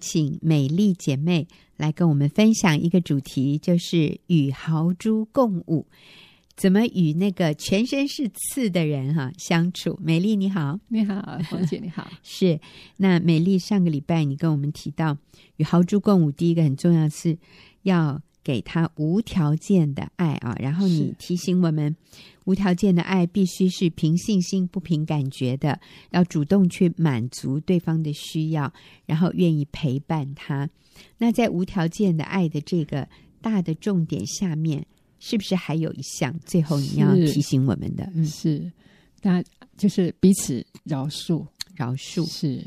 请美丽姐妹来跟我们分享一个主题，就是与豪猪共舞，怎么与那个全身是刺的人哈、相处？美丽你好，你好，黄姐你好。是那美丽上个礼拜你跟我们提到与豪猪共舞，第一个很重要是要给他无条件的爱啊，然后你是提醒我们，无条件的爱必须是凭信心不凭感觉的，要主动去满足对方的需要，然后愿意陪伴他。那在无条件的爱的这个大的重点下面，是不是还有一项最后你要是提醒我们的？嗯，是，那就是彼此饶恕。饶恕是，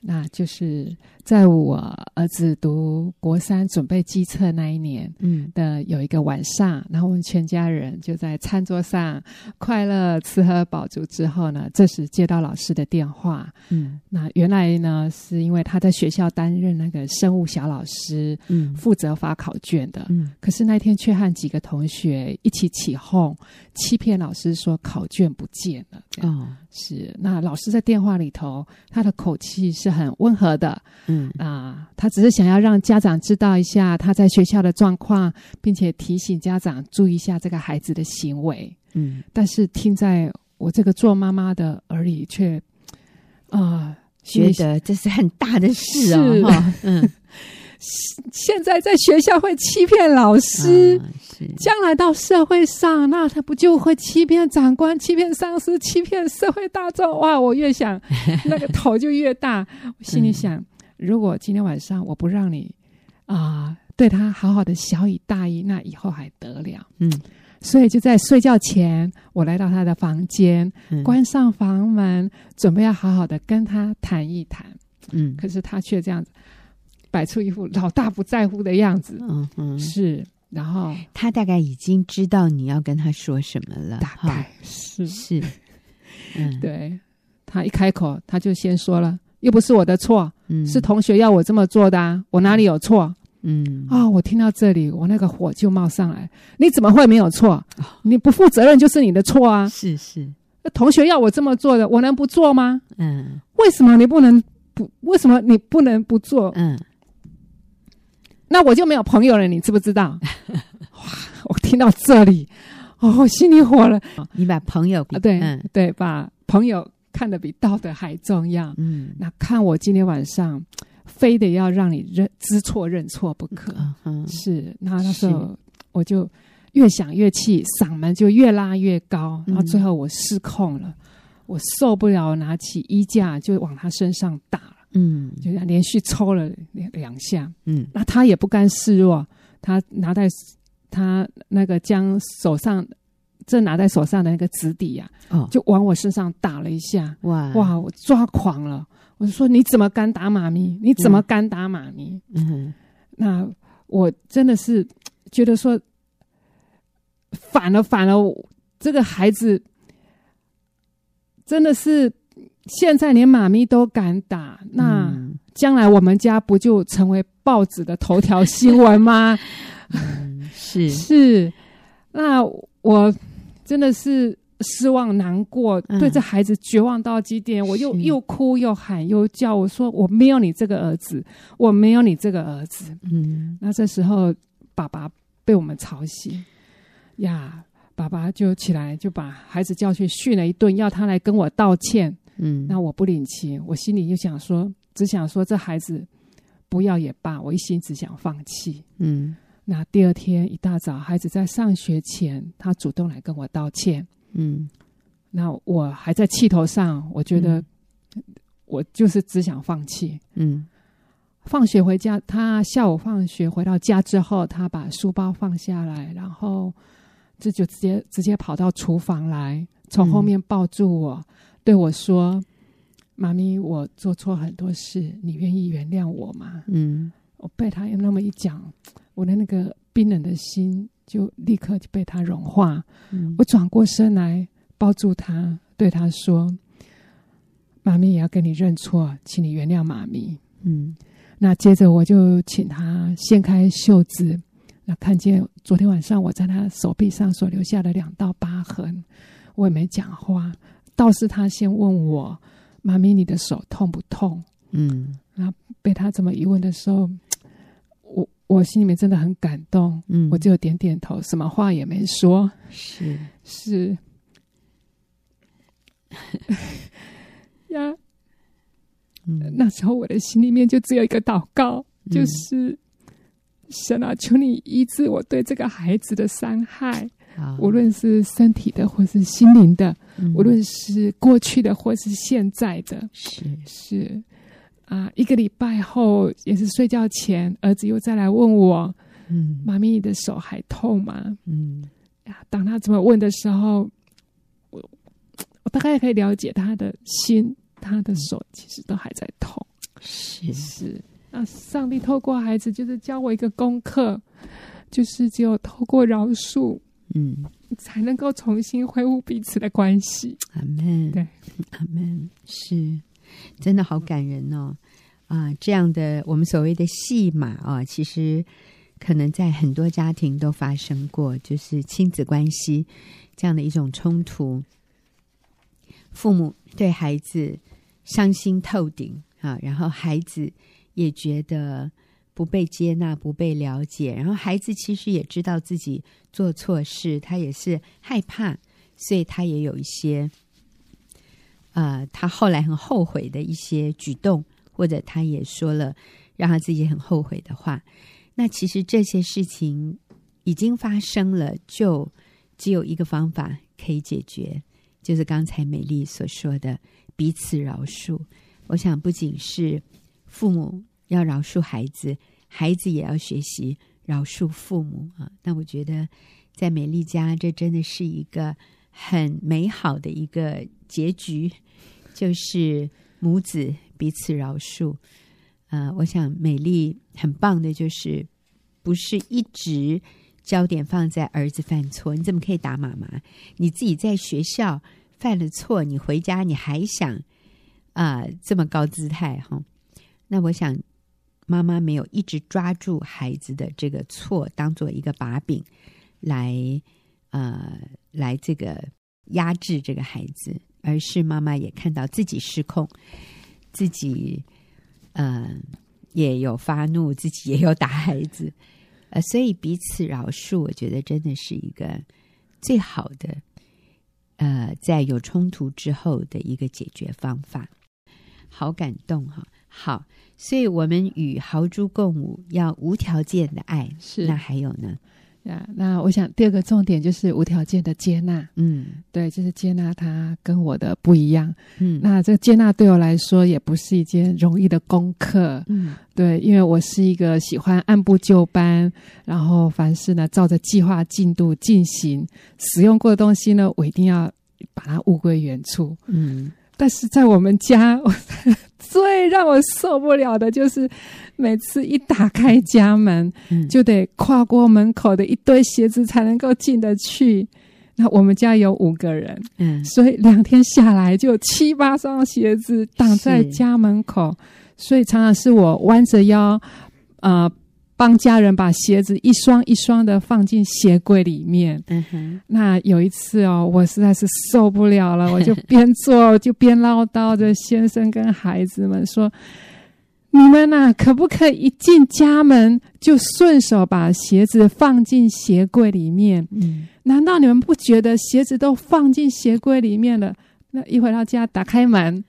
那就是在我儿子读国三准备机测那一年嗯的有一个晚上，然后我们全家人就在餐桌上快乐吃喝饱足之后呢，这时接到老师的电话。嗯那原来呢，是因为他在学校担任那个生物小老师，嗯负责发考卷的。嗯可是那天却和几个同学一起起哄，欺骗老师说考卷不见了。这样哦是，那老师在电话里头，他的口气是很温和的嗯啊、他只是想要让家长知道一下他在学校的状况，并且提醒家长注意一下这个孩子的行为。嗯但是听在我这个做妈妈的耳里，却啊、呃觉得这是很大的事是啊哦，哈嗯， 现在在学校会欺骗老师。啊是，将来到社会上，那他不就会欺骗长官、欺骗上司、欺骗社会大众？哇，我 越想那个头就越大。我心里嗯想，如果今天晚上我不让你啊、对他好好的小以大义，那以后还得了？嗯所以就在睡觉前，我来到他的房间，嗯关上房门，准备要好好的跟他谈一谈。嗯可是他却这样子，摆出一副老大不在乎的样子。嗯嗯，是，然后他大概已经知道你要跟他说什么了，大哈概是 是，嗯，对他一开口，他就先说了，又不是我的错，嗯，是同学要我这么做的、啊，我哪里有错嗯啊、我听到这里，我那个火就冒上来，你怎么会没有错？啊你不负责任就是你的错啊！是是，那同学要我这么做的，我能不做吗？嗯为什么你不能不？为什么你不能不做？嗯那我就没有朋友了，你知不 知道？哇！我听到这里，哦，我心里火了，你把朋友比啊，对、嗯对，把朋友看得比道德还重要。嗯那看我今天晚上，非得要让你认知错认错不可。嗯嗯是，那那时候我就越想越气，嗓门就越拉越高，嗯然后最后我失控了，我受不了，拿起衣架就往他身上打了，嗯就这样连续抽了两两下。嗯那他也不甘示弱，他拿在他那个将手上正拿在手上的那个纸笔呀、哦就往我身上打了一下。哇哇，我抓狂了！我就说你怎么敢打妈咪？你怎么敢打妈咪？嗯那我真的是觉得说，反了反了，我这个孩子真的是现在连妈咪都敢打，那嗯将来我们家不就成为报纸的头条新闻吗？嗯是是，那我真的是失望、难过，嗯对这孩子绝望到极点。我又是又哭又喊又叫，我说我没有你这个儿子，我没有你这个儿子。嗯那这时候，爸爸被我们吵醒，呀，爸爸就起来就把孩子叫去训了一顿，要他来跟我道歉。嗯那我不领情，我心里就想说，只想说这孩子不要也罢，我一心只想放弃。嗯那第二天一大早，孩子在上学前，他主动来跟我道歉。嗯那我还在气头上，我觉得嗯我就是只想放弃。嗯放学回家，他下午放学回到家之后，他把书包放下来，然后这就直接直接跑到厨房来，从后面抱住我，对我说：“妈咪，我做错很多事，你愿意原谅我吗？”嗯我被他那么一讲，我的那个冰冷的心就立刻就被他融化。嗯我转过身来抱住他，对他说：“妈咪也要跟你认错，请你原谅妈咪。嗯”那接着我就请他掀开袖子，那看见昨天晚上我在他手臂上所留下的两道疤痕，我也没讲话，倒是他先问我：“妈咪，你的手痛不痛？”嗯然后被他这么一问的时候，我我心里面真的很感动，嗯，我就点点头，什么话也没说。是是 呀，嗯那时候我的心里面就只有一个祷告，就嗯是神啊，求你医治我对这个孩子的伤害，好无论是身体的或是心灵的，嗯无论是过去的或是现在的，是是啊，一个礼拜后也是睡觉前，儿子又再来问我：“嗯妈咪，你的手还痛吗嗯？”呀，当他这么问的时候，我我大概可以了解他的心，他的手其实都还在痛。是是啊，上帝透过孩子就是教我一个功课，就是只有透过饶恕，嗯，才能够重新恢复彼此的关系。阿门，对，阿门，是真的好感人哦。啊，这样的我们所谓的戏码啊，其实可能在很多家庭都发生过，就是亲子关系这样的一种冲突，父母对孩子伤心透顶啊，然后孩子也觉得不被接纳、不被了解，然后孩子其实也知道自己做错事，他也是害怕，所以他也有一些呃，他后来很后悔的一些举动，或者他也说了让他自己很后悔的话。那其实这些事情已经发生了，就只有一个方法可以解决，就是刚才美丽所说的彼此饶恕。我想，不仅是父母要饶恕孩子，孩子也要学习饶恕父母啊。那我觉得，在美丽家，这真的是一个很美好的一个结局，就是母子彼此饶恕。呃，我想美丽很棒的，就是不是一直焦点放在儿子犯错，你怎么可以打妈妈？你自己在学校犯了错，你回家你还想啊、这么高姿态哈、那我想妈妈没有一直抓住孩子的这个错当做一个把柄来呃来这个压制这个孩子，而是妈妈也看到自己失控，自己呃也有发怒，自己也有打孩子，呃，所以彼此饶恕，我觉得真的是一个最好的呃，在有冲突之后的一个解决方法。好感动哈、好，所以我们与豪猪共舞，要无条件的爱。是那还有呢？呀，那我想第二个重点就是无条件的接纳，嗯对，就是接纳他跟我的不一样。嗯那这接纳对我来说也不是一件容易的功课，嗯对，因为我是一个喜欢按部就班，然后凡事呢照着计划进度进行，使用过的东西呢，我一定要把它物归原处。嗯但是在我们家，我最让我受不了的就是每次一打开家门，嗯，就得跨过门口的一堆鞋子才能够进得去。那我们家有五个人，嗯 所以两天下来就有七八双鞋子挡在是家门口，所以常常是我弯着腰，呃，帮家人把鞋子一双一双的放进鞋柜里面。嗯哼那有一次哦，我实在是受不了了，我就边做就边唠叨着先生跟孩子们说：“你们呐、可不可以一进家门就顺手把鞋子放进鞋柜里面？嗯难道你们不觉得鞋子都放进鞋柜里面了？那一回到家打开门，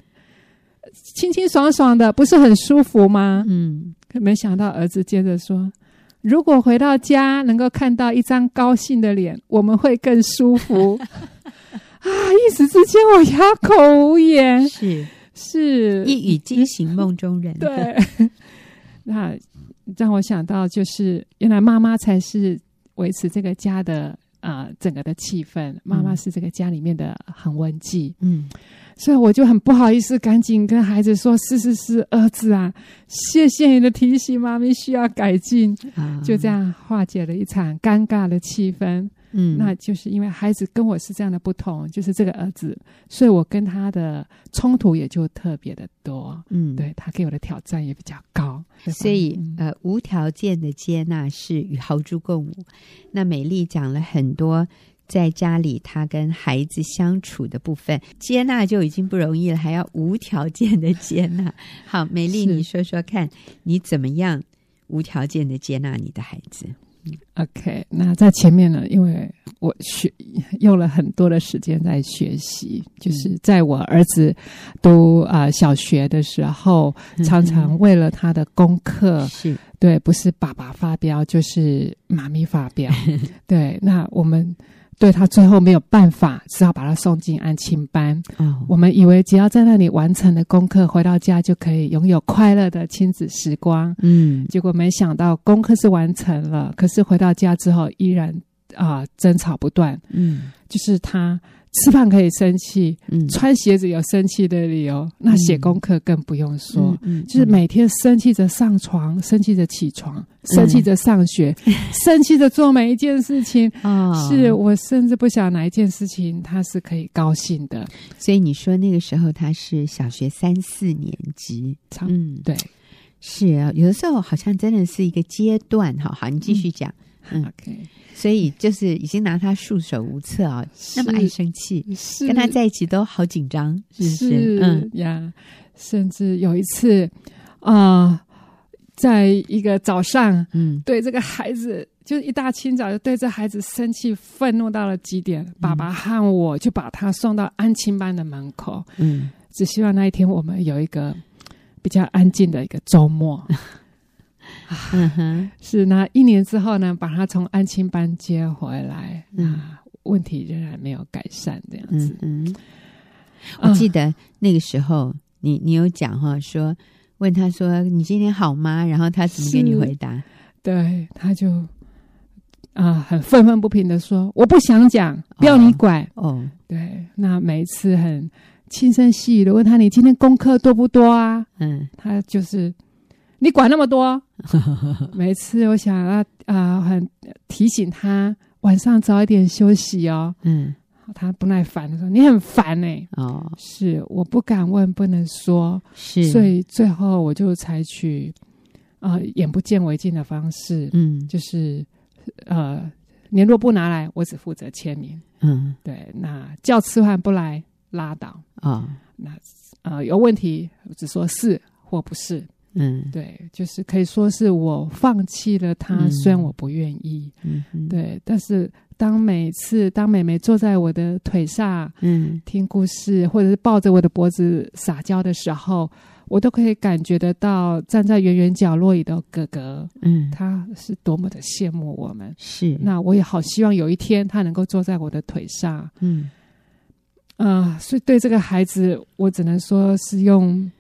清清爽爽的，不是很舒服吗？嗯可没想到儿子接着说：“如果回到家能够看到一张高兴的脸，我们会更舒服。”啊！一时之间我哑口无言，是是一语惊醒梦中人。对。 那让我想到，就是原来妈妈才是维持这个家的啊、呃整个的气氛，妈妈嗯是这个家里面的恒温剂。嗯所以我就很不好意思，赶紧跟孩子说：“是是是，儿子啊，谢谢你的提醒，妈咪需要改进。”啊，就这样化解了一场尴尬的气氛。嗯那就是因为孩子跟我是这样的不同，就是这个儿子，所以我跟他的冲突也就特别的多。嗯对他给我的挑战也比较高，对吧所以嗯，呃，无条件的接纳是与豪猪共舞。那美丽讲了很多在家里他跟孩子相处的部分，接纳就已经不容易了，还要无条件的接纳。好，美丽，是你说说看，你怎么样无条件的接纳你的孩子？ OK，那在前面呢，因为我学用了很多的时间在学习，就是在我儿子读啊、呃小学的时候，嗯常常为了他的功课，是对，不是爸爸发飙，就是妈咪发飙，对，那我们对他最后没有办法，只好把他送进安亲班。哦，我们以为只要在那里完成了功课，回到家就可以拥有快乐的亲子时光。嗯，结果没想到功课是完成了，可是回到家之后依然啊、争吵不断。嗯就是他吃饭可以生气，嗯，穿鞋子有生气的理 由，那写功课更不用说。嗯，嗯就是每天生气着上床，生气着起床，生气着上学，嗯生气着做每一件事 情。哦，是我甚至不晓得哪一件事情他是可以高兴的。所以你说那个时候他是小学三四年级，差不多嗯，对、是啊，有的时候好像真的是一个阶段哈。好，你继续讲。嗯 o k 所以就是已经拿他束手无策啊、那么爱生气，是跟他在一起都好紧张，是不是？嗯呀，甚至有一次啊、在一个早上，嗯对这个孩子，就是一大清早就对这孩子生气、愤怒到了极点。嗯爸爸和我就把他送到安亲班的门口，嗯，只希望那一天我们有一个比较安静的一个 周末。嗯哼，是那一年之后呢，把他从安亲班接回来，嗯啊，问题仍然没有改善，这样子嗯。嗯。啊我记得那个时候，你你有讲哈、说问他说你今天好吗？然后他怎么给你是回答？对，他就啊、很愤愤不平的说：“我不想讲，不要你管。哦，对，那每一次很轻声细语的问他：“你今天功课多不多啊嗯？”他就是你管那么多。 每一次我想要啊、很提醒他晚上早一点休息哦。嗯他不耐烦的说：“你很烦哎、哦，是，我不敢问，不能说，是，所以最后我就采取啊、眼不见为净的方式，嗯就是呃，联络簿拿来，我只负责签名。嗯对，那叫吃饭不来拉倒，哦呃，有问题我只说是或不是。嗯对，就是可以说是我放弃了他，嗯虽然我不愿意，嗯嗯对，但是当每次当美美坐在我的腿上嗯听故事，或者是抱着我的脖子撒娇的时候。我都可以感觉得到，站在圆圆角落里的哥哥，嗯他是多么的羡慕我们。是那我也好希望有一天他能够坐在我的腿上嗯啊、所以对这个孩子，我只能说是用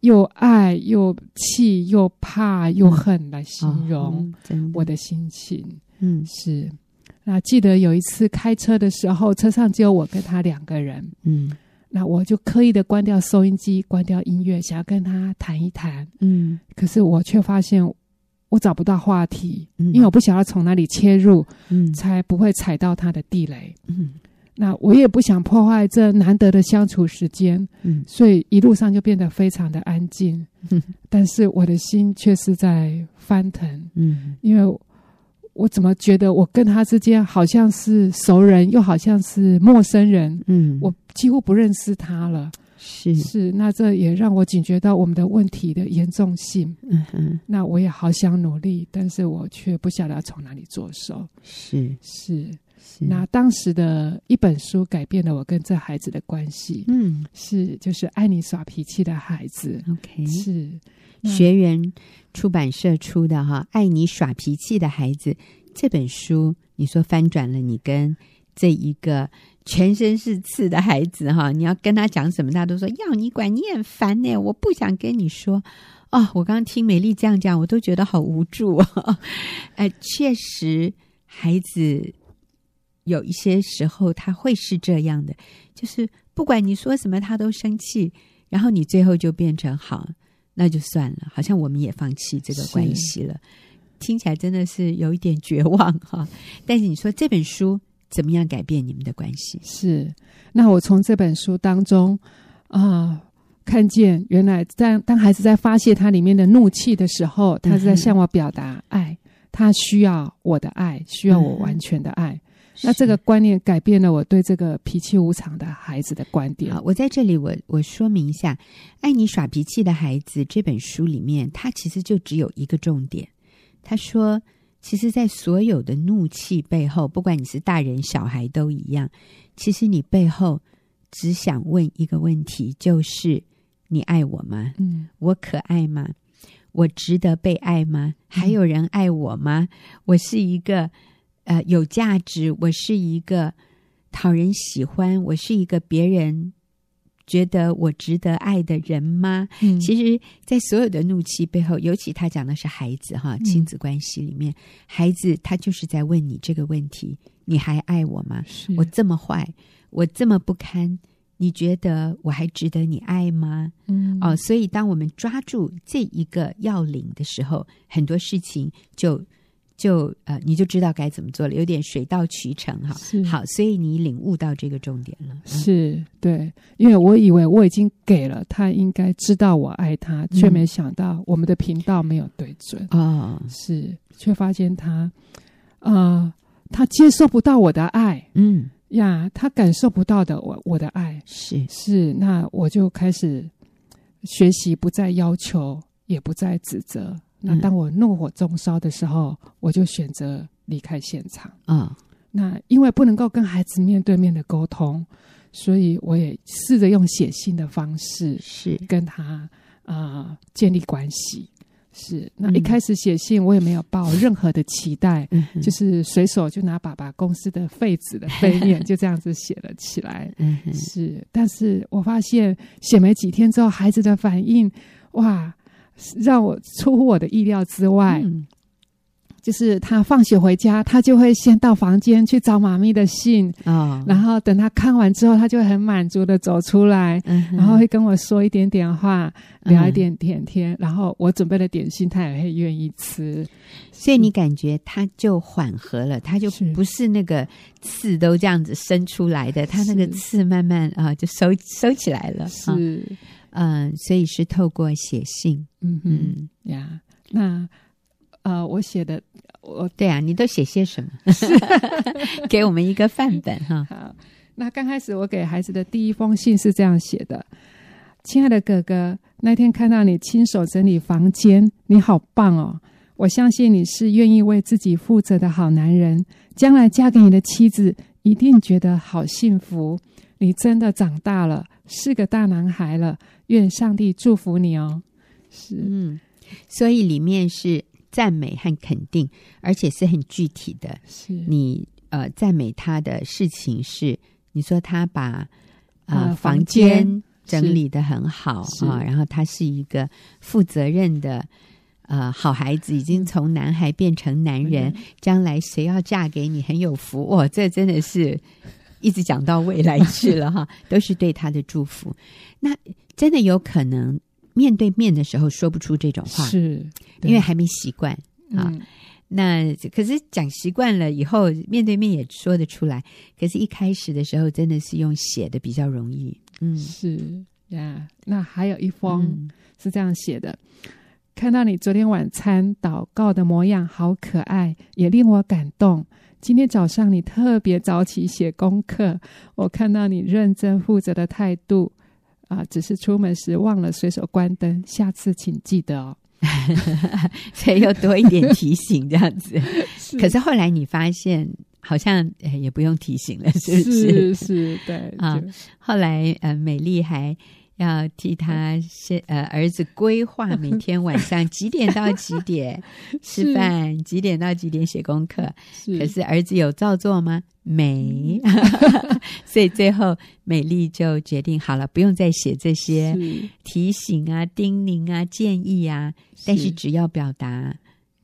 又爱又气又怕又恨来形容哦真的我的心情。嗯是，那记得有一次开车的时候，车上只有我跟他两个人，嗯那我就刻意的关掉收音机，关掉音乐，想要跟他谈一谈，嗯可是我却发现我找不到话题，嗯因为我不晓得从哪里切入。嗯才不会踩到他的地雷。嗯那我也不想破坏这难得的相处时间，嗯所以一路上就变得非常的安静。嗯但是我的心却是在翻腾，嗯因为我怎么觉得我跟他之间好像是熟人，又好像是陌生人，嗯我几乎不认识他了。是是，那这也让我警觉到我们的问题的严重性。嗯嗯那我也好想努力，但是我却不晓得要从哪里着手。是是，是那当时的一本书改变了我跟这孩子的关系，嗯是就是爱你耍脾气的孩子， OK 是那学员出版社出的哈《爱你耍脾气的孩子》这本书，你说翻转了你跟这一个全身是刺的孩子哈，你要跟他讲什么，他都说要你管，你很烦呢、我不想跟你说。哦，我刚刚听美丽这样讲，我都觉得好无助 哦。哎，确实，孩子有一些时候他会是这样的，就是不管你说什么，他都生气，然后你最后就变成好，那就算了，好像我们也放弃这个是关系了。听起来真的是有一点绝望哈、但是你说这本书怎么样改变你们的关系？是。那我从这本书当中啊、看见原来在当孩子在发泄他里面的怒气的时候，他嗯是在哼向我表达爱，他需要我的爱，需要我嗯哼完全的爱。那这个观念改变了我对这个脾气无常的孩子的观点。啊好，我在这里我我说明一下，《爱你耍脾气的孩子》这本书里面，它其实就只有一个重点。他说，其实，在所有的怒气背后，不管你是大人小孩都一样，其实你背后只想问一个问题，就是你爱我吗？嗯，我可爱吗？我值得被爱吗？还有人爱我吗？我是一个呃有价值，我是一个讨人喜欢，我是一个别人觉得我值得爱的人吗？嗯其实，在所有的怒气背后，尤其他讲的是孩子哈，亲子关系里面，孩子他就是在问你这个问题：你还爱我吗？是我这么坏，我这么不堪，你觉得我还值得你爱吗？嗯哦，所以当我们抓住这一个要领的时候，很多事情就就呃，你就知道该怎么做了，有点水到渠成哈。是好，所以你领悟到这个重点了。嗯是对，因为我以为我已经给了他，应该知道我爱他，却嗯没想到我们的频道没有对准，哦，是却发现他，呃，他接受不到我的爱嗯，呀，他感受不到的我我的爱，是是那我就开始学习，不再要求，也不再指责。那嗯当我怒火中烧的时候，我就选择离开现场。哦，那因为不能够跟孩子面对面的沟通，所以我也试着用写信的方式是跟他呃建立关系。是，那嗯一开始写信我也没有抱任何的期待，嗯哼，就是随手就拿爸爸公司的废纸的背 面就这样子写了起来。嗯哼，是，但是我发现写没几天之后，孩子的反应，哇，是让我出乎我的意料之外。嗯就是他放学回家，他就会先到房间去找妈咪的信，哦，然后等他看完之后，他就会很满足的走出来，嗯哼然后会跟我说一点点话，嗯聊一点点天，然后我准备的点心他也会愿意吃。所以你感觉它就缓和了，它就是不是那个刺都这样子伸出来的，它那个是刺慢慢啊、就收收起来了。啊是，嗯、所以是透过写信，嗯哼嗯，呀，那呃，我写的我对啊，你都写些什么？给我们一个范本哈。好，那刚开始我给孩子的第一封信是这样写的：亲爱的哥哥，那天看到你亲手整理房间，你好棒哦！我相信你是愿意为自己负责的好男人，将来嫁给你的妻子一定觉得好幸福。你真的长大了，是个大男孩了，愿上帝祝福你哦！是，嗯，所以里面是赞美和肯定，而且是很具体的。是，你呃赞美他的事情是，你说他把呃呃房房间间整是理的很好是啊、然后他是一个负责任的。呃，好孩子已经从男孩变成男人，嗯将来谁要嫁给你很有福。哇，这真的是一直讲到未来去了 哈，都是对他的祝福。那真的有可能面对面的时候说不出这种话，是，因为还没习惯。对啊嗯那可是讲习惯了以后，面对面也说得出来。可是，一开始的时候真的是用写的比较容易。嗯，是呀。那还有一封。嗯是这样写的：看到你昨天晚餐祷告的模样，好可爱，也令我感动。今天早上你特别早起写功课，我看到你认真负责的态度。啊，只是出门时忘了随手关灯，下次请记得哦。所以又多一点 提醒这样子。是 可是后来你发现，好像、呃也不用提醒了，是不是？是是，对啊就后来，呃，美丽还要替他先呃儿子规划每天晚上几点到几点吃是饭，几点到几点写功课。是可是儿子有照做吗？没， 所以最后美丽就决定好了，不用再写这些是提醒啊、叮咛啊、建议啊，但是只要表达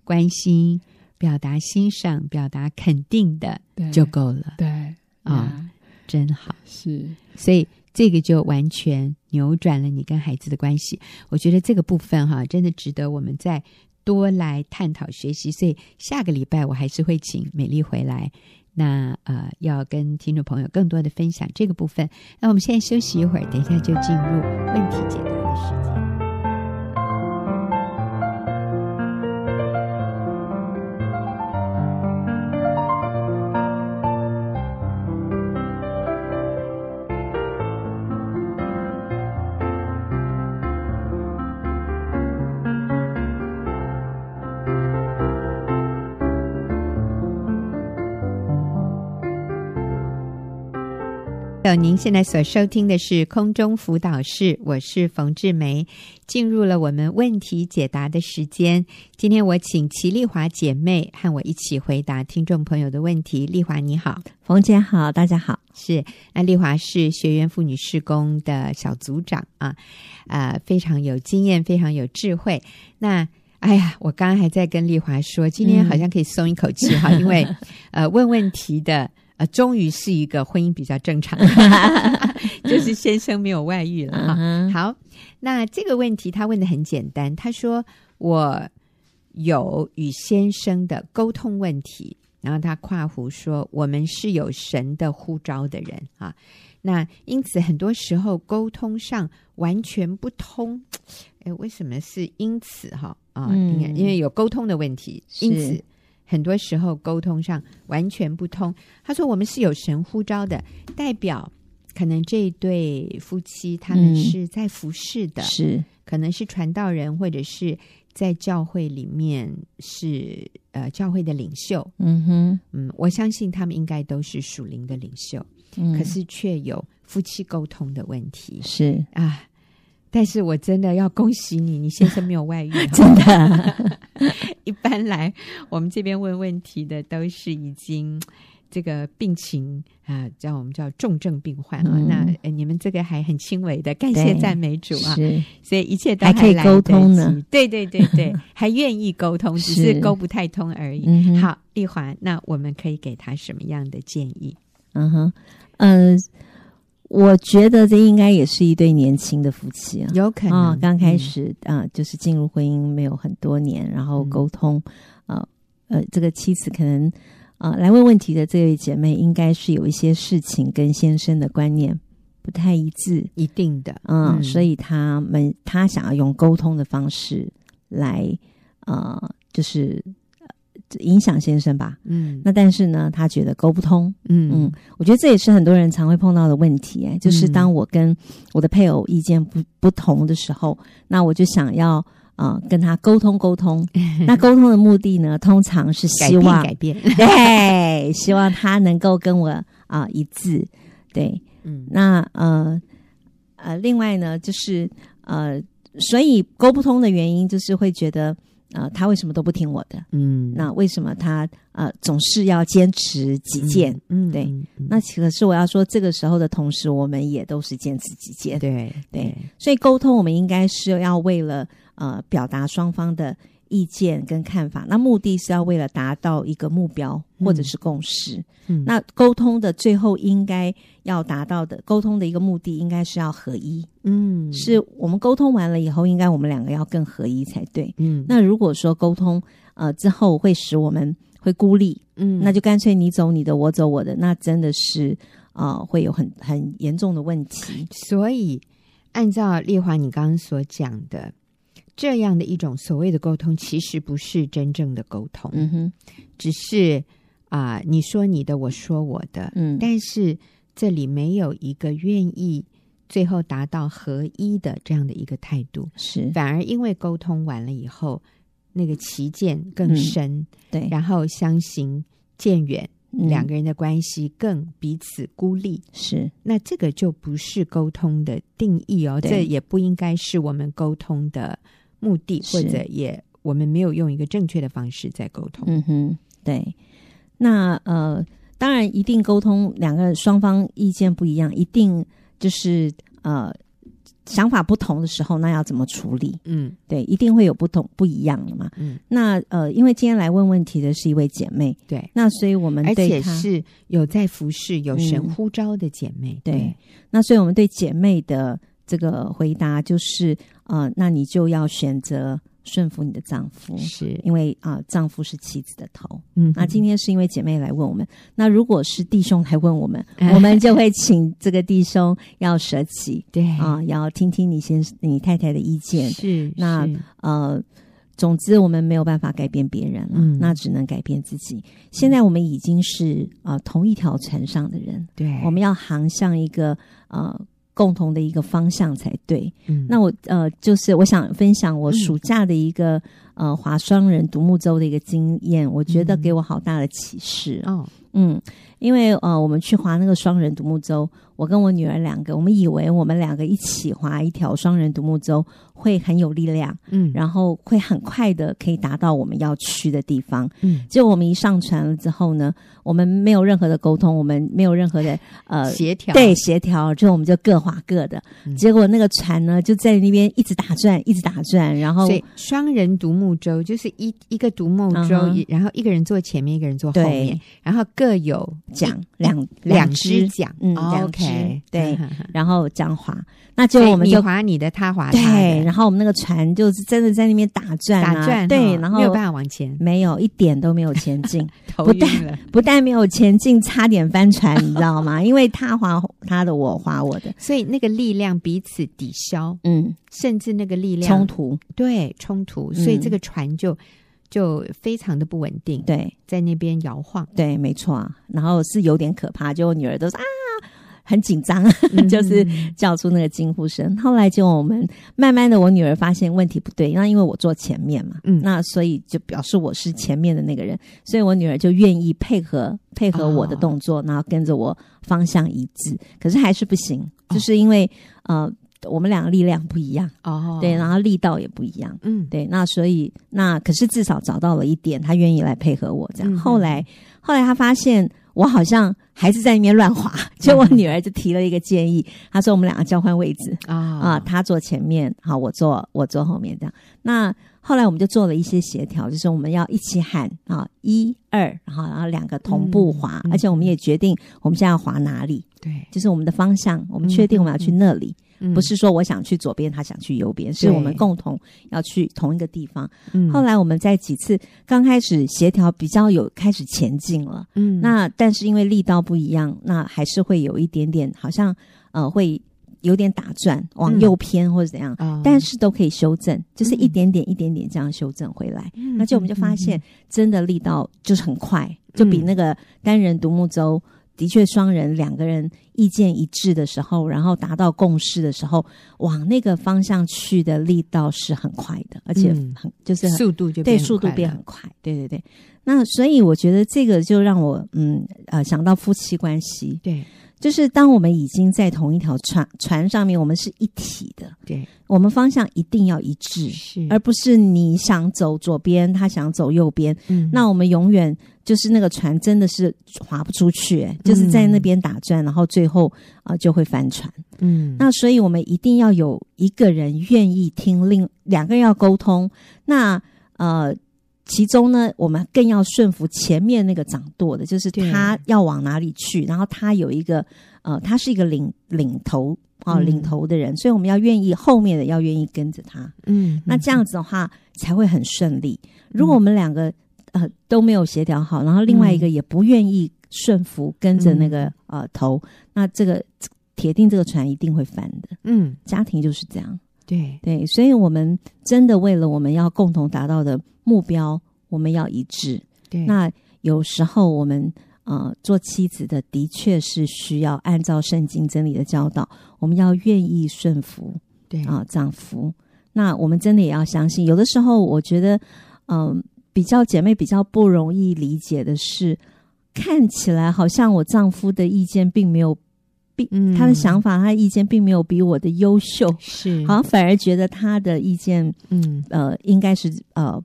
关心、表达欣赏、表达肯定的对就够了，对啊呀真好。是所以这个就完全扭转了你跟孩子的关系。我觉得这个部分哈、真的值得我们再多来探讨学习。所以下个礼拜我还是会请美丽回来，那呃要跟听众朋友更多的分享这个部分。那我们现在休息一会儿，等一下就进入问题解答的时间。有您现在所收听的是空中辅导室，我是冯志梅。进入了我们问题解答的时间，今天我请齐丽华姐妹和我一起回答听众朋友的问题。丽华你好，冯姐好，大家好。是那丽华是学员妇女施工的小组长啊，呃，非常有经验，非常有智慧。那哎呀，我刚刚还在跟丽华说，今天嗯好像可以松一口气哈，因为 呃，问问题的。呃，终于是一个婚姻比较正常， 就是先生没有外遇了啊哈。嗯好，那这个问题他问的很简单，他说我有与先生的沟通问题，然后他跨胡说我们是有神的呼召的人啊，那因此很多时候沟通上完全不通，哎，为什么是因此哈啊？嗯因为因为有沟通的问题，因是此。很多时候沟通上完全不通。他说：“我们是有神呼召的，代表可能这一对夫妻他们嗯是在服侍的，是可能是传道人，或者是在教会里面是呃教会的领袖。嗯哼，嗯，我相信他们应该都是属灵的领袖，嗯可是却有夫妻沟通的问题是啊。但是我真的要恭喜你，你先生没有 外遇哈，真的，一般来我们这边问问题的都是已经这个病情啊，叫、我们叫重症病患啊。嗯那、呃你们这个还很轻微的，感谢对赞美主啊！是所以一切都还可以来沟得通呢及。对对对对， 还愿意沟通，只是是沟不太通而已。嗯哼，好，丽华，那我们可以给他什么样的建议？嗯哼，呃，我觉得这应该也是一对年轻的夫妻啊。有可啊、能刚开，始啊、就是进入婚姻没有很多年，然后嗯沟通，啊呃，这个妻子可能啊、来问问题的这位姐妹，应该是有一些事情跟先生的观念不太一致，嗯一定的，嗯，所以以他们他想要用沟通的方式来呃，就是呃影响先生吧。嗯，那但是呢，他觉得沟不通，嗯嗯，我觉得这也是很多人常会碰到的问题、哎，就是当我跟我的配偶意见不不同的时候，那我就想要呃跟他沟通 沟通。那沟通的目的呢，通常是改希变望改 变，对，希望他能够跟我啊、一致。对，嗯那呃呃，另外呢，就是呃，所以沟不通的原因就是会觉得呃，他为什么都不听我的？嗯那为什么他呃总是要坚持己见？，嗯，嗯对，嗯嗯那其可是我要说，这个时候的同时，我们也都是坚持己见。对对，所以沟通我们应该是要为了呃表达双方的意见跟看法，那目的是要为了达到一个目标嗯或者是共识。嗯那沟通的最后应该要达到的沟通的一个目的，应该是要合一，嗯是我们沟通完了以后，应该我们两个要更合一才对。嗯那如果说沟通呃之后会使我们会孤立，嗯那就干脆你走你的，我走我的，那真的是啊、呃会有很很严重的问题。所以，按照丽华你刚刚所讲的，这样的一种所谓的沟通，其实不是真正的沟通，嗯哼，只是啊、你说你的，我说我的，嗯，但是这里没有一个愿意最后达到合一的这样的一个态度，是反而因为沟通完了以后，那个旗舰更嗯深，对，然后相行渐远，嗯两个人的关系更彼此孤立。是那这个就不是沟通的定义哦，对这也不应该是我们沟通的目的，是或者也我们没有用一个正确的方式在沟通。嗯哼，对。那呃，当然一定沟通，两个双方意见不一样，一定就是呃想法不同的时候，那要怎么处理？嗯对，一定会有不同不一样的嘛。嗯，那呃，因为今天来问问题的是一位姐妹，对，那所以我们而对且她是有在服侍、有神嗯呼召的姐妹。对那所以我们对姐妹的这个回答就是，呃，那你就要选择顺服你的丈夫对，，是，因为啊、丈夫是妻子的头。嗯那今天，天是因为姐妹来问我们，那如果是弟兄来问我们我们就会请这个弟兄要舍己对啊、要听听你先你太太的意见。是那是呃，总之我们没有办法改变别人了，嗯那只能改变自己。现在我们已经是啊同一条船上的人，对，我们要航向一个呃共同的一个方向才对。嗯那我呃，就是我想分享我暑假的一个、呃华双人独木舟的一个经验，我觉得嗯给我好大的启示。哦，嗯，因为呃，我们去划那个双人独木舟，我跟我女儿两个，我们以为我们两个一起划一条双人独木舟会很有力量，嗯然后会很快的可以达到我们要去的地方。嗯，结果我们一上船了之后呢，我们没有任何的沟通，我们没有任何的呃协调对，协调，就我们就各划各的。嗯结果那个船呢就在那边一直打转，一直打转，然后所以双人独木舟就是一一个独木舟嗯哼然后一个人坐前面，一个人坐后面对，然后各有桨两两只只，桨，嗯哦两只 OK，对嗯哼哼然后这样划。那结所以果我们你就划你的，他划他对，的，然后我们那个船就是真的在那边打转、啊，打转对，哈然后没有办法往前，没有一点都没有 前进，头不晕了。不但没有前进，差点翻船，你知道吗？ 因为他划他的，我划我的，所以那个力量彼此抵消，嗯，甚至那个力量冲突，对冲突，所以嗯这个船就就非常的不稳定，对在那边摇晃，对，没错啊。然后是有点可怕，就我女儿都是啊，很紧张， 就是嗯叫出那个惊呼声。后来就我们慢慢的，我女儿发现问题不对，那因为我坐前面嘛，嗯那所以就表示我是前面的那个人，所以我女儿就愿意配合配合我的动作，然后跟着我方向一嗯致。可是还是不行，就是因为、呃，我们两个力量不一样，哦，对，然后力道也不一样。嗯，对，那所以那可是至少找到了一点，他愿意来配合我这嗯样。哼后来后来他发现我好像还是在那边乱滑，就嗯我女儿就提了一个建议，她说我们两个交换位置啊啊、她坐前面，好，我坐我坐后面这样。那后来我们就做了一些协调，就是我们要一起喊啊，一二，然后然后两个同步滑，嗯嗯而且我们也决定我们现在要滑哪里，对，就是我们的方向，我们确定我们要去那里。嗯不，是说我想去左边，他想去右边，是我们对共同要去同一个地方。嗯后来我们在几次刚开始协调比较有开始前进了，嗯那但是因为力道不一样，那还是会有一点点好像呃会有点打转往嗯右偏或者怎样，哦但是都可以修正，就是一嗯点点一点点这样修正回来。嗯而且我们就发现，真的力道就是很快，就比嗯那个单人独木舟。的确，双人两个人意见一致的时候，然后达到共识的时候，往那个方向去的力道是很快的，而且嗯很、就是很速度就对变很速度快了变很快，对对对。那所以我觉得这个就让我嗯呃想到夫妻关系，对就是当我们已经在同一条船船上面，我们是一体的，对我们方向一定要一致，是，而不是你想走左边，他想走右边，嗯那我们永远就是那个船真的是划不出去、哎就是在那边打转，然后最后啊、呃就会翻船。嗯那所以我们一定要有一个人愿意听另两个人要沟通。那呃，其中呢，我们更要顺服前面那个掌舵的，就是对他要往哪里去，然后他有一个呃，他是一个领领头啊、嗯领头的人，所以我们要愿意后面的要愿意跟着他。嗯那这样样子的话才会很顺利。如果我们两个呃都没有协调好，然后另外一个也不愿意顺服跟着那个、呃头，那这个铁定这个船一定会翻的。嗯家庭就是这样，对对，所以我们真的为了我们要共同达到的目标，我们要一致。对那有时候我们呃做妻子的，的确是需要按照圣经真理的教导，我们要愿意顺服，对啊、丈夫。那我们真的也要相信，有的时候我觉得，嗯、比较姐妹比较不容易理解的是，看起来好像我丈夫的意见并没有比、嗯他的想法，他的意见并没有比我的优秀，是好像反而觉得他的意见嗯呃应该是呃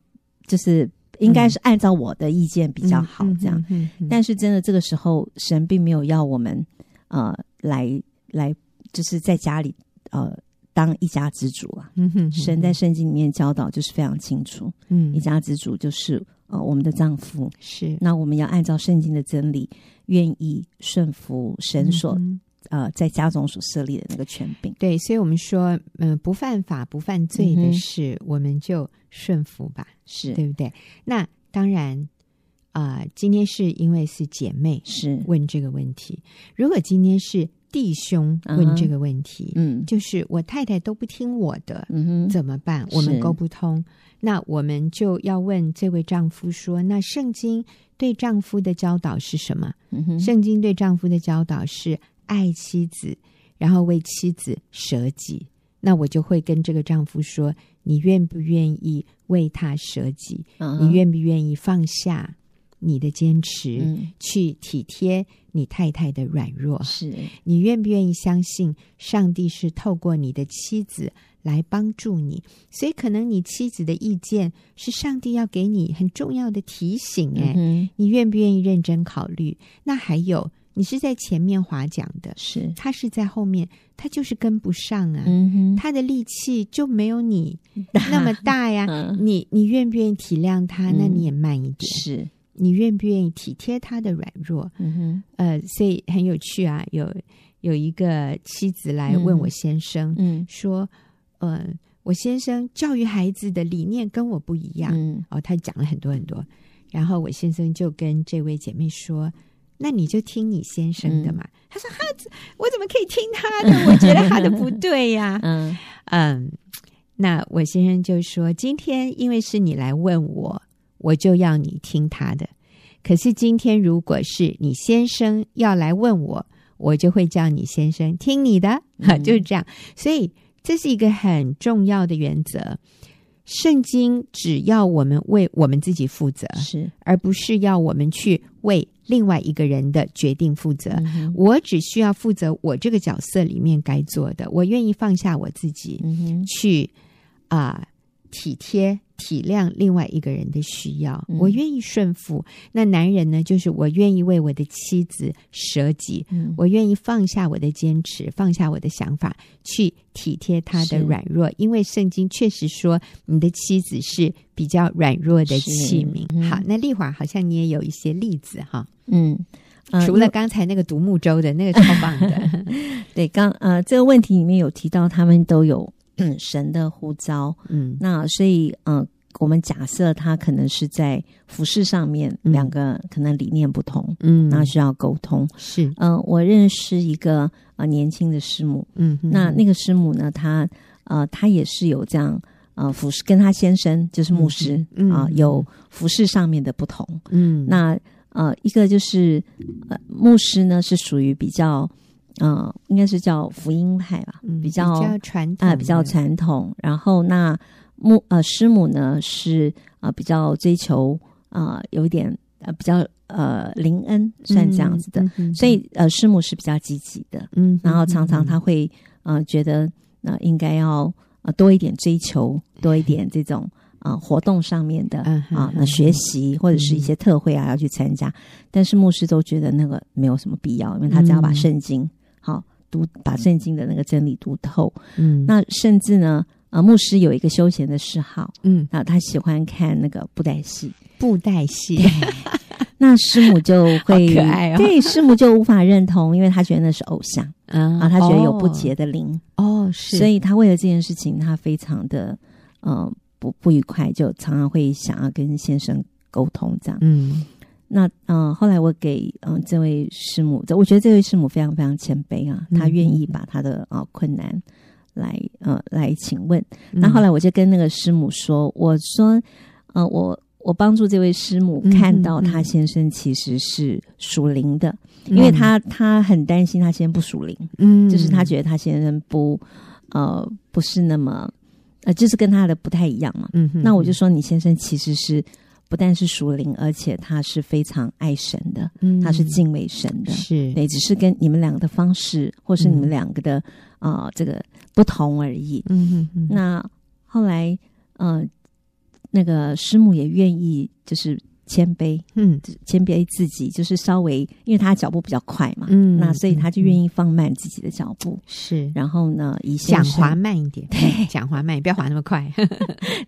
就是应该嗯是按照我的意见比较好这样。，嗯嗯嗯嗯嗯但是真的，这个时候神并没有要我们呃来来，就是在家里呃当一家之主啊。嗯哼神在圣经里面教导就是非常清楚，嗯一家之主就是呃我们的丈夫。是那我们要按照圣经的真理，愿意顺服神所、嗯哼呃在家中所设立的那个权柄。对，所以我们说，嗯、不犯法、不犯罪嗯的哼事，我们就顺服吧，是对不对？那当然，啊、今天是因为是姐妹是，问这个问题，如果今天是弟兄问这个问题，嗯就是我太太都不听我的，嗯哼，怎么办？我们是沟不通，那我们就要问这位丈夫说：那圣经对丈夫的教导是什么？嗯哼，圣经对丈夫的教导是爱妻子，然后为妻子舍己。那我就会跟这个丈夫说：你愿不愿意为他舍己？嗯哼你愿不愿意放下你的坚持，嗯，去体贴你太太的软弱。是，你愿不愿意相信上帝是透过你的妻子来帮助你？所以，可能你妻子的意见是上帝要给你很重要的提醒。哎、嗯哼，你愿不愿意认真考虑？那还有，你是在前面划桨的，是，他是在后面，他就是跟不上啊。嗯哼，他的力气就没有你 那么大呀，嗯，你你愿不愿意体谅他？那嗯你也慢一点。是，你愿不愿意体贴他的软弱？嗯哼，呃，所以很有趣啊。有有一个妻子来问我先生、嗯说：“呃，我先生教育孩子的理念跟我不一样。嗯哦，他讲了很多很多。然后我先生就跟这位姐妹说：“那你就听你先生的嘛。他说：“哈，我怎么可以听他的？我觉得他的不对呀、嗯嗯，那我先生就说：“今天因为是你来问我，我就要你听他的。可是今天如果是你先生要来问我，我就会叫你先生听你的。哈，嗯就是这样。所以这是一个很重要的原则。圣经只要我们为我们自己负责，是，而不是要我们去为另外一个人的决定负责。嗯哼我只需要负责我这个角色里面该做的，我愿意放下我自己，嗯哼，去啊、体贴体谅另外一个人的需要，嗯我愿意顺服。那男人呢，就是我愿意为我的妻子舍己，嗯我愿意放下我的坚持，放下我的想法，去体贴她的是软弱，因为圣经确实说你的妻子是比较软弱的是器皿。嗯好，那丽华好像你也有一些例子哈。嗯，呃除因为了刚才那个独木舟的那个超棒 的，对，刚呃这个问题里面有提到，他们都有嗯神的呼召，嗯那所以呃我们假设他可能是在服饰上面、嗯两个可能理念不同，嗯那需要沟通。是嗯、我认识一个呃年轻的师母，嗯哼，那那个师母呢，她呃她也是有这样。呃，服饰跟她先生就是牧师啊、嗯嗯嗯有服饰上面的不同。嗯那呃，一个就是呃，牧师呢是属于比较，呃，应该是叫福音派吧，嗯比较较传统啊、的比较传统。然后那牧呃师母呢是呃比较追求呃有一点呃比较呃灵恩，算这样子的。，嗯哼所以呃师母是比较积极的，嗯哼，然后常常他会呃觉得呃应该要呃多一点追求，多一点这种呃活动上面的嗯哼啊，嗯那学习或者是一些特会啊要去参加，但是牧师都觉得那个没有什么必要，因为他只要把嗯圣经好读，把圣经的那个真理读透。嗯那甚至呢，呃，牧师有一个休闲的嗜好，嗯那他喜欢看那个布袋戏。布袋戏，那师母就会 好可爱哦对师母就无法认同，因为他觉得那是偶像啊啊，他觉得有不洁的灵，哦，是，所以他为了这件事情，他非常的呃不不愉快，就常常会想要跟先生沟通这样。嗯那嗯、呃后来我给嗯、呃这位师母，我觉得这位师母非常非常谦卑啊，嗯她愿意把她的呃困难来呃来请问。嗯那后来我就跟那个师母说，我说呃我。我帮助这位师母嗯看到嗯她嗯先生其实是属灵的，因为她她很担心她先生不属灵，嗯就是她觉得她先生不呃不是那么呃就是跟她的不太一样嘛。嗯哼，那我就说你先生其实是不但是属灵，而且他是非常爱神的，嗯他是敬畏神的。是对，只是跟你们两个的方式，或是你们嗯两个的啊、呃这个不同而已。嗯哼嗯那后来，呃，那个师母也愿意就是谦卑，嗯谦卑自己，就是稍微，因为他脚步比较快嘛，嗯那所以他就嗯愿意放慢自己的脚步，是然后呢，以先讲生 滑慢一点，对，讲滑慢，不要滑那么快，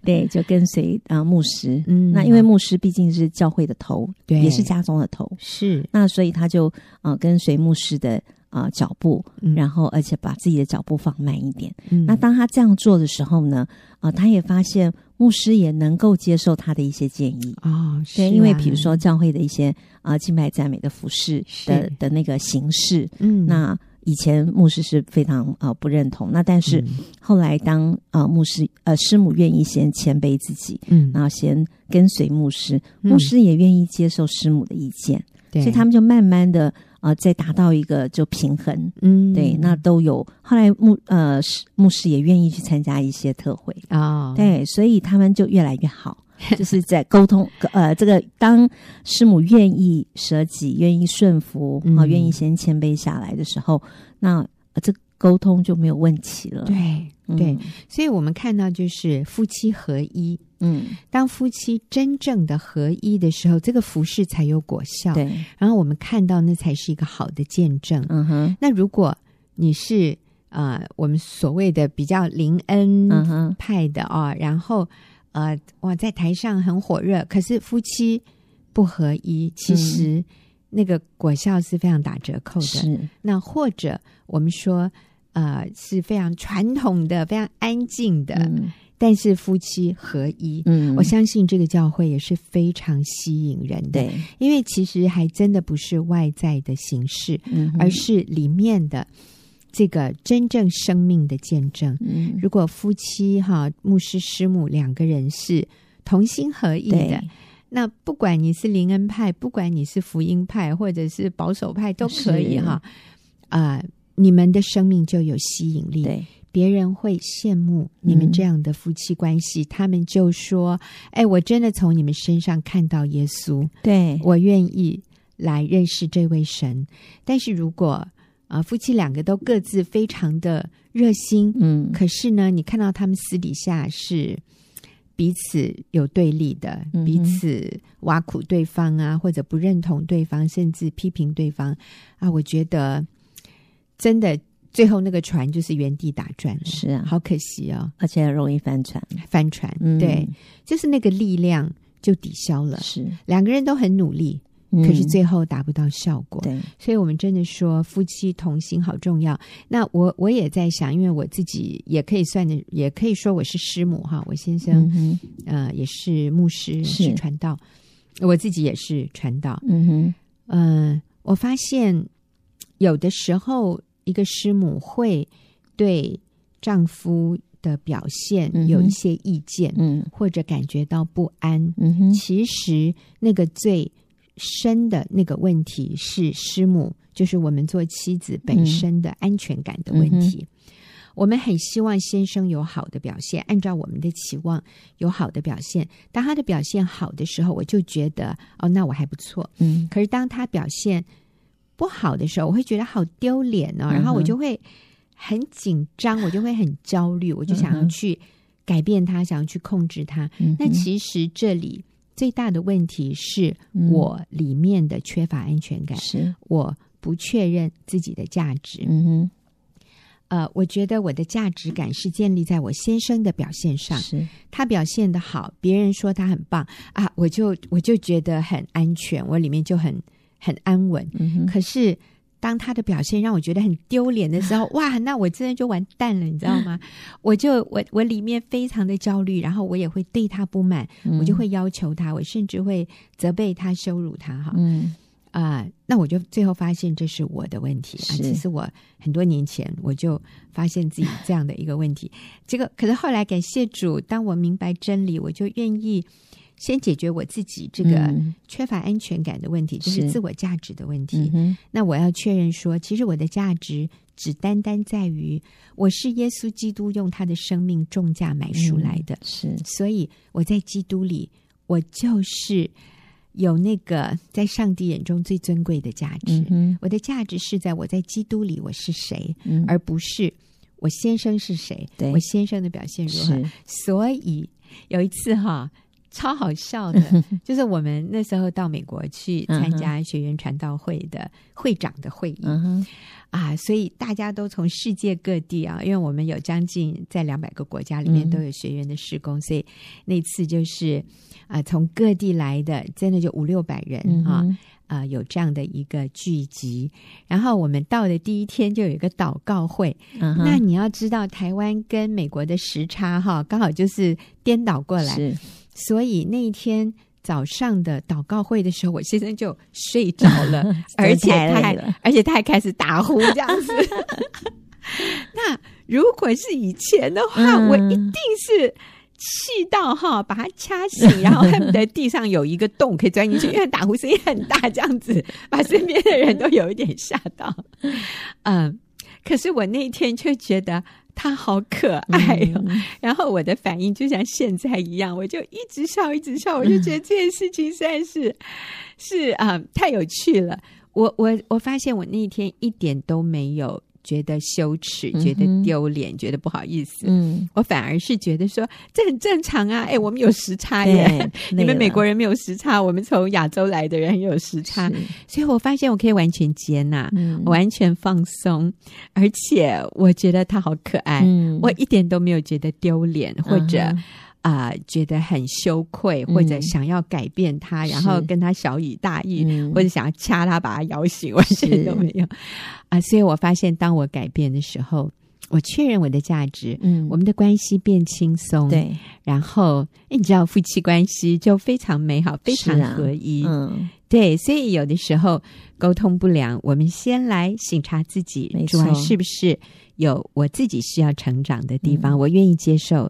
对，就跟随啊、呃牧师，嗯那因为牧师毕竟是教会的头，对也是家中的头，是，那所以他就呃跟随牧师的呃脚步，嗯然后而且把自己的脚步放慢一点。嗯那当他这样做的时候呢，呃，他也发现牧师也能够接受他的一些建议。哦，对，是因为啊比如说教会的一些呃敬拜赞美的服饰的是的那个形式，嗯那以前牧师是非常呃不认同，那但是嗯后来当呃牧师呃师母愿意先谦卑自己，嗯然后先跟随牧师，嗯牧师也愿意接受师母的意见，对所以他们就慢慢的呃，再达到一个就平衡。嗯对，那都有。后来牧呃师牧师也愿意去参加一些特会，哦 对，所以他们就越来越好。就是在沟通。呃，这个当师母愿意舍己、愿意顺服啊、嗯愿意先谦卑下来的时候，那、呃这沟通就没有问题了。对嗯对，所以我们看到就是夫妻合一，嗯，当夫妻真正的合一的时候，这个服饰才有果效。对，然后我们看到那才是一个好的见证。嗯哼，那如果你是呃我们所谓的比较灵恩嗯哼，派的啊、然后呃哇在台上很火热，可是夫妻不合一，嗯其实那个果效是非常打折扣的。是，那或者我们说呃是非常传统的、非常安静的，嗯但是夫妻合一。嗯，我相信这个教会也是非常吸引人的，对，因为其实还真的不是外在的形式，嗯哼，而是里面的这个真正生命的见证。嗯，如果夫妻哈、牧师师母两个人是同心合意的对，，那不管你是灵恩派，不管你是福音派，或者是保守派，都可以是哈。啊、你们的生命就有吸引力，对，别人会羡慕你们嗯这样的夫妻关系，他们就说：“哎，我真的从你们身上看到耶稣。”对，我愿意来认识这位神。但是如果啊、夫妻两个都各自非常的热心，嗯，可是呢，你看到他们私底下是彼此有对立的，嗯哼彼此挖苦对方啊，或者不认同对方，甚至批评对方啊，我觉得真的最后那个船就是原地打转了，是啊，好可惜哦，而且容易翻船。翻船。嗯，对，，就是那个力量就抵消了，是，两个人都很努力，可可是最后达不到效果。嗯对，所以我们真的说夫妻同心好重要。那我我也在想，因为我自己也可以算的，也可以说我是师母哈，我先生、嗯哼，呃也是牧师，是是传道，我自己也是传道。嗯哼，嗯、我发现有的时候一个师母会对丈夫的表嗯哼现有一些意见，嗯或者感觉到不安。嗯哼，其实那个最深的那个问题是师母，就是我们做妻子本身的安全感的问题。嗯我们很希望先生有好的表现，按照我们的期望有好的表现。当他的表现好的时候，我就觉得哦，那我还不错。嗯可是当他表现不好的时候，我会觉得好丢脸嗯哦，然后我就会很紧张，我就会很焦虑，我就想嗯要哼去改变他，想要去控制他。嗯哼，那其实这里最大的问题是嗯我里面的缺乏安全感，是，我不确认自己的价值。嗯呃，我觉得我的价值感是建立在我先生的表现哼，上，是，他表现的好，别人说他很棒啊，我就我就觉得很安全，我里面就很很安稳。嗯哼，可是当他的表现让我觉得很丢脸的时候，哇，那我真的就完蛋了，你知道吗？嗯我就我我里面非常的焦虑，然后我也会对他不满，我嗯就会要求他，我甚至会责备他、羞辱他，哈嗯，啊、那我就最后发现这是我的问题啊。是其实我很多年前我就发现自己这样的一个问题，这个可是后来感谢主，当我明白真理，我就愿意先解决我自己这个嗯缺乏安全感的问题，就是是自我价值的问题。嗯哼，那我要确认说，其实我的价值只单单在于我是耶稣基督用他的生命重价买赎来嗯的，是，所以我在基督里，我就是有那个在上帝眼中最尊贵的价值。嗯哼，我的价值是在我在基督里我是谁，嗯，而不是我先生是谁，对我先生的表现如何是。，所以有一次哈，超好笑 的，就是我们那时候到美国去参加学员传道会的会长的会议、嗯哼，啊，所以大家都从世界各地啊，因为我们有将近在两百个国家里面嗯都有学员的施工，所以那次就是啊、从各地来的，真的就五六百人嗯啊。哼，啊、有这样的一个聚集，然后我们到的第一天就有一个祷告会，嗯哼，那你要知道，台湾跟美国的时差哈，刚好就是颠倒过来，是，所以那一天早上的祷告会的时候，我先生就睡着 了，而且真他的太还累了而且他还开始打呼这样子。 那如果是以前的话，嗯我一定是。气到哈，把他掐醒，然后恨不得地上有一个洞可以钻进去，因为他打呼声音很大，这样子把身边的人都有一点吓到。嗯，可是我那一天就觉得他好可爱哦。然后我的反应就像现在一样，我就一直笑，一直笑，我就觉得这件事情实在是、是啊、太有趣了。我我我发现我那天一点都没有觉得羞耻，嗯哼觉得丢脸，觉得不好意思，嗯，我反而是觉得说这很正常啊。哎，我们有时差耶，对，你们美国人人没啊有时差，我们从亚洲来的人也有时差，所以我发现我可以完全接纳。嗯完全放松，而且我觉得他好可爱，嗯我一点都没有觉得丢脸哎或者嗯啊、觉得很羞愧，嗯或者想要改变他，是然后跟他小以大意，嗯或者想要掐他把他摇醒， 完全都没有啊、所以我发现，当我改变的时候，我确认我的价值。嗯我们的关系变轻松，，对，然后诶你知道夫妻关系就非常美好，非常是啊合一，嗯，对，所以有的时候沟通不良，我们先来审查自己没，主要错是不是有我自己需要成长的地嗯方，我愿意接受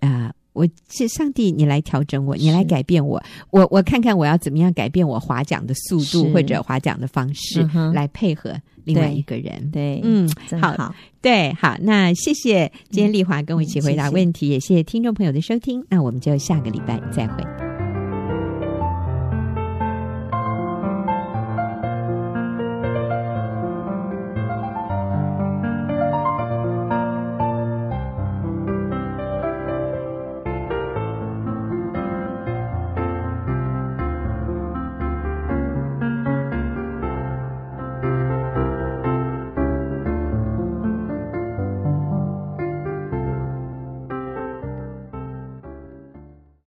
啊。我是上帝，你来调整我，你来是改变我，我我看看我要怎么样改变我划桨的速度是或者划桨的方式，嗯哼来配合另外对一个人。对，嗯，真好好，对，好，那谢谢今天丽华跟我一起嗯回答谢谢问题，也谢谢听众朋友的收听，那我们就下个礼拜再会。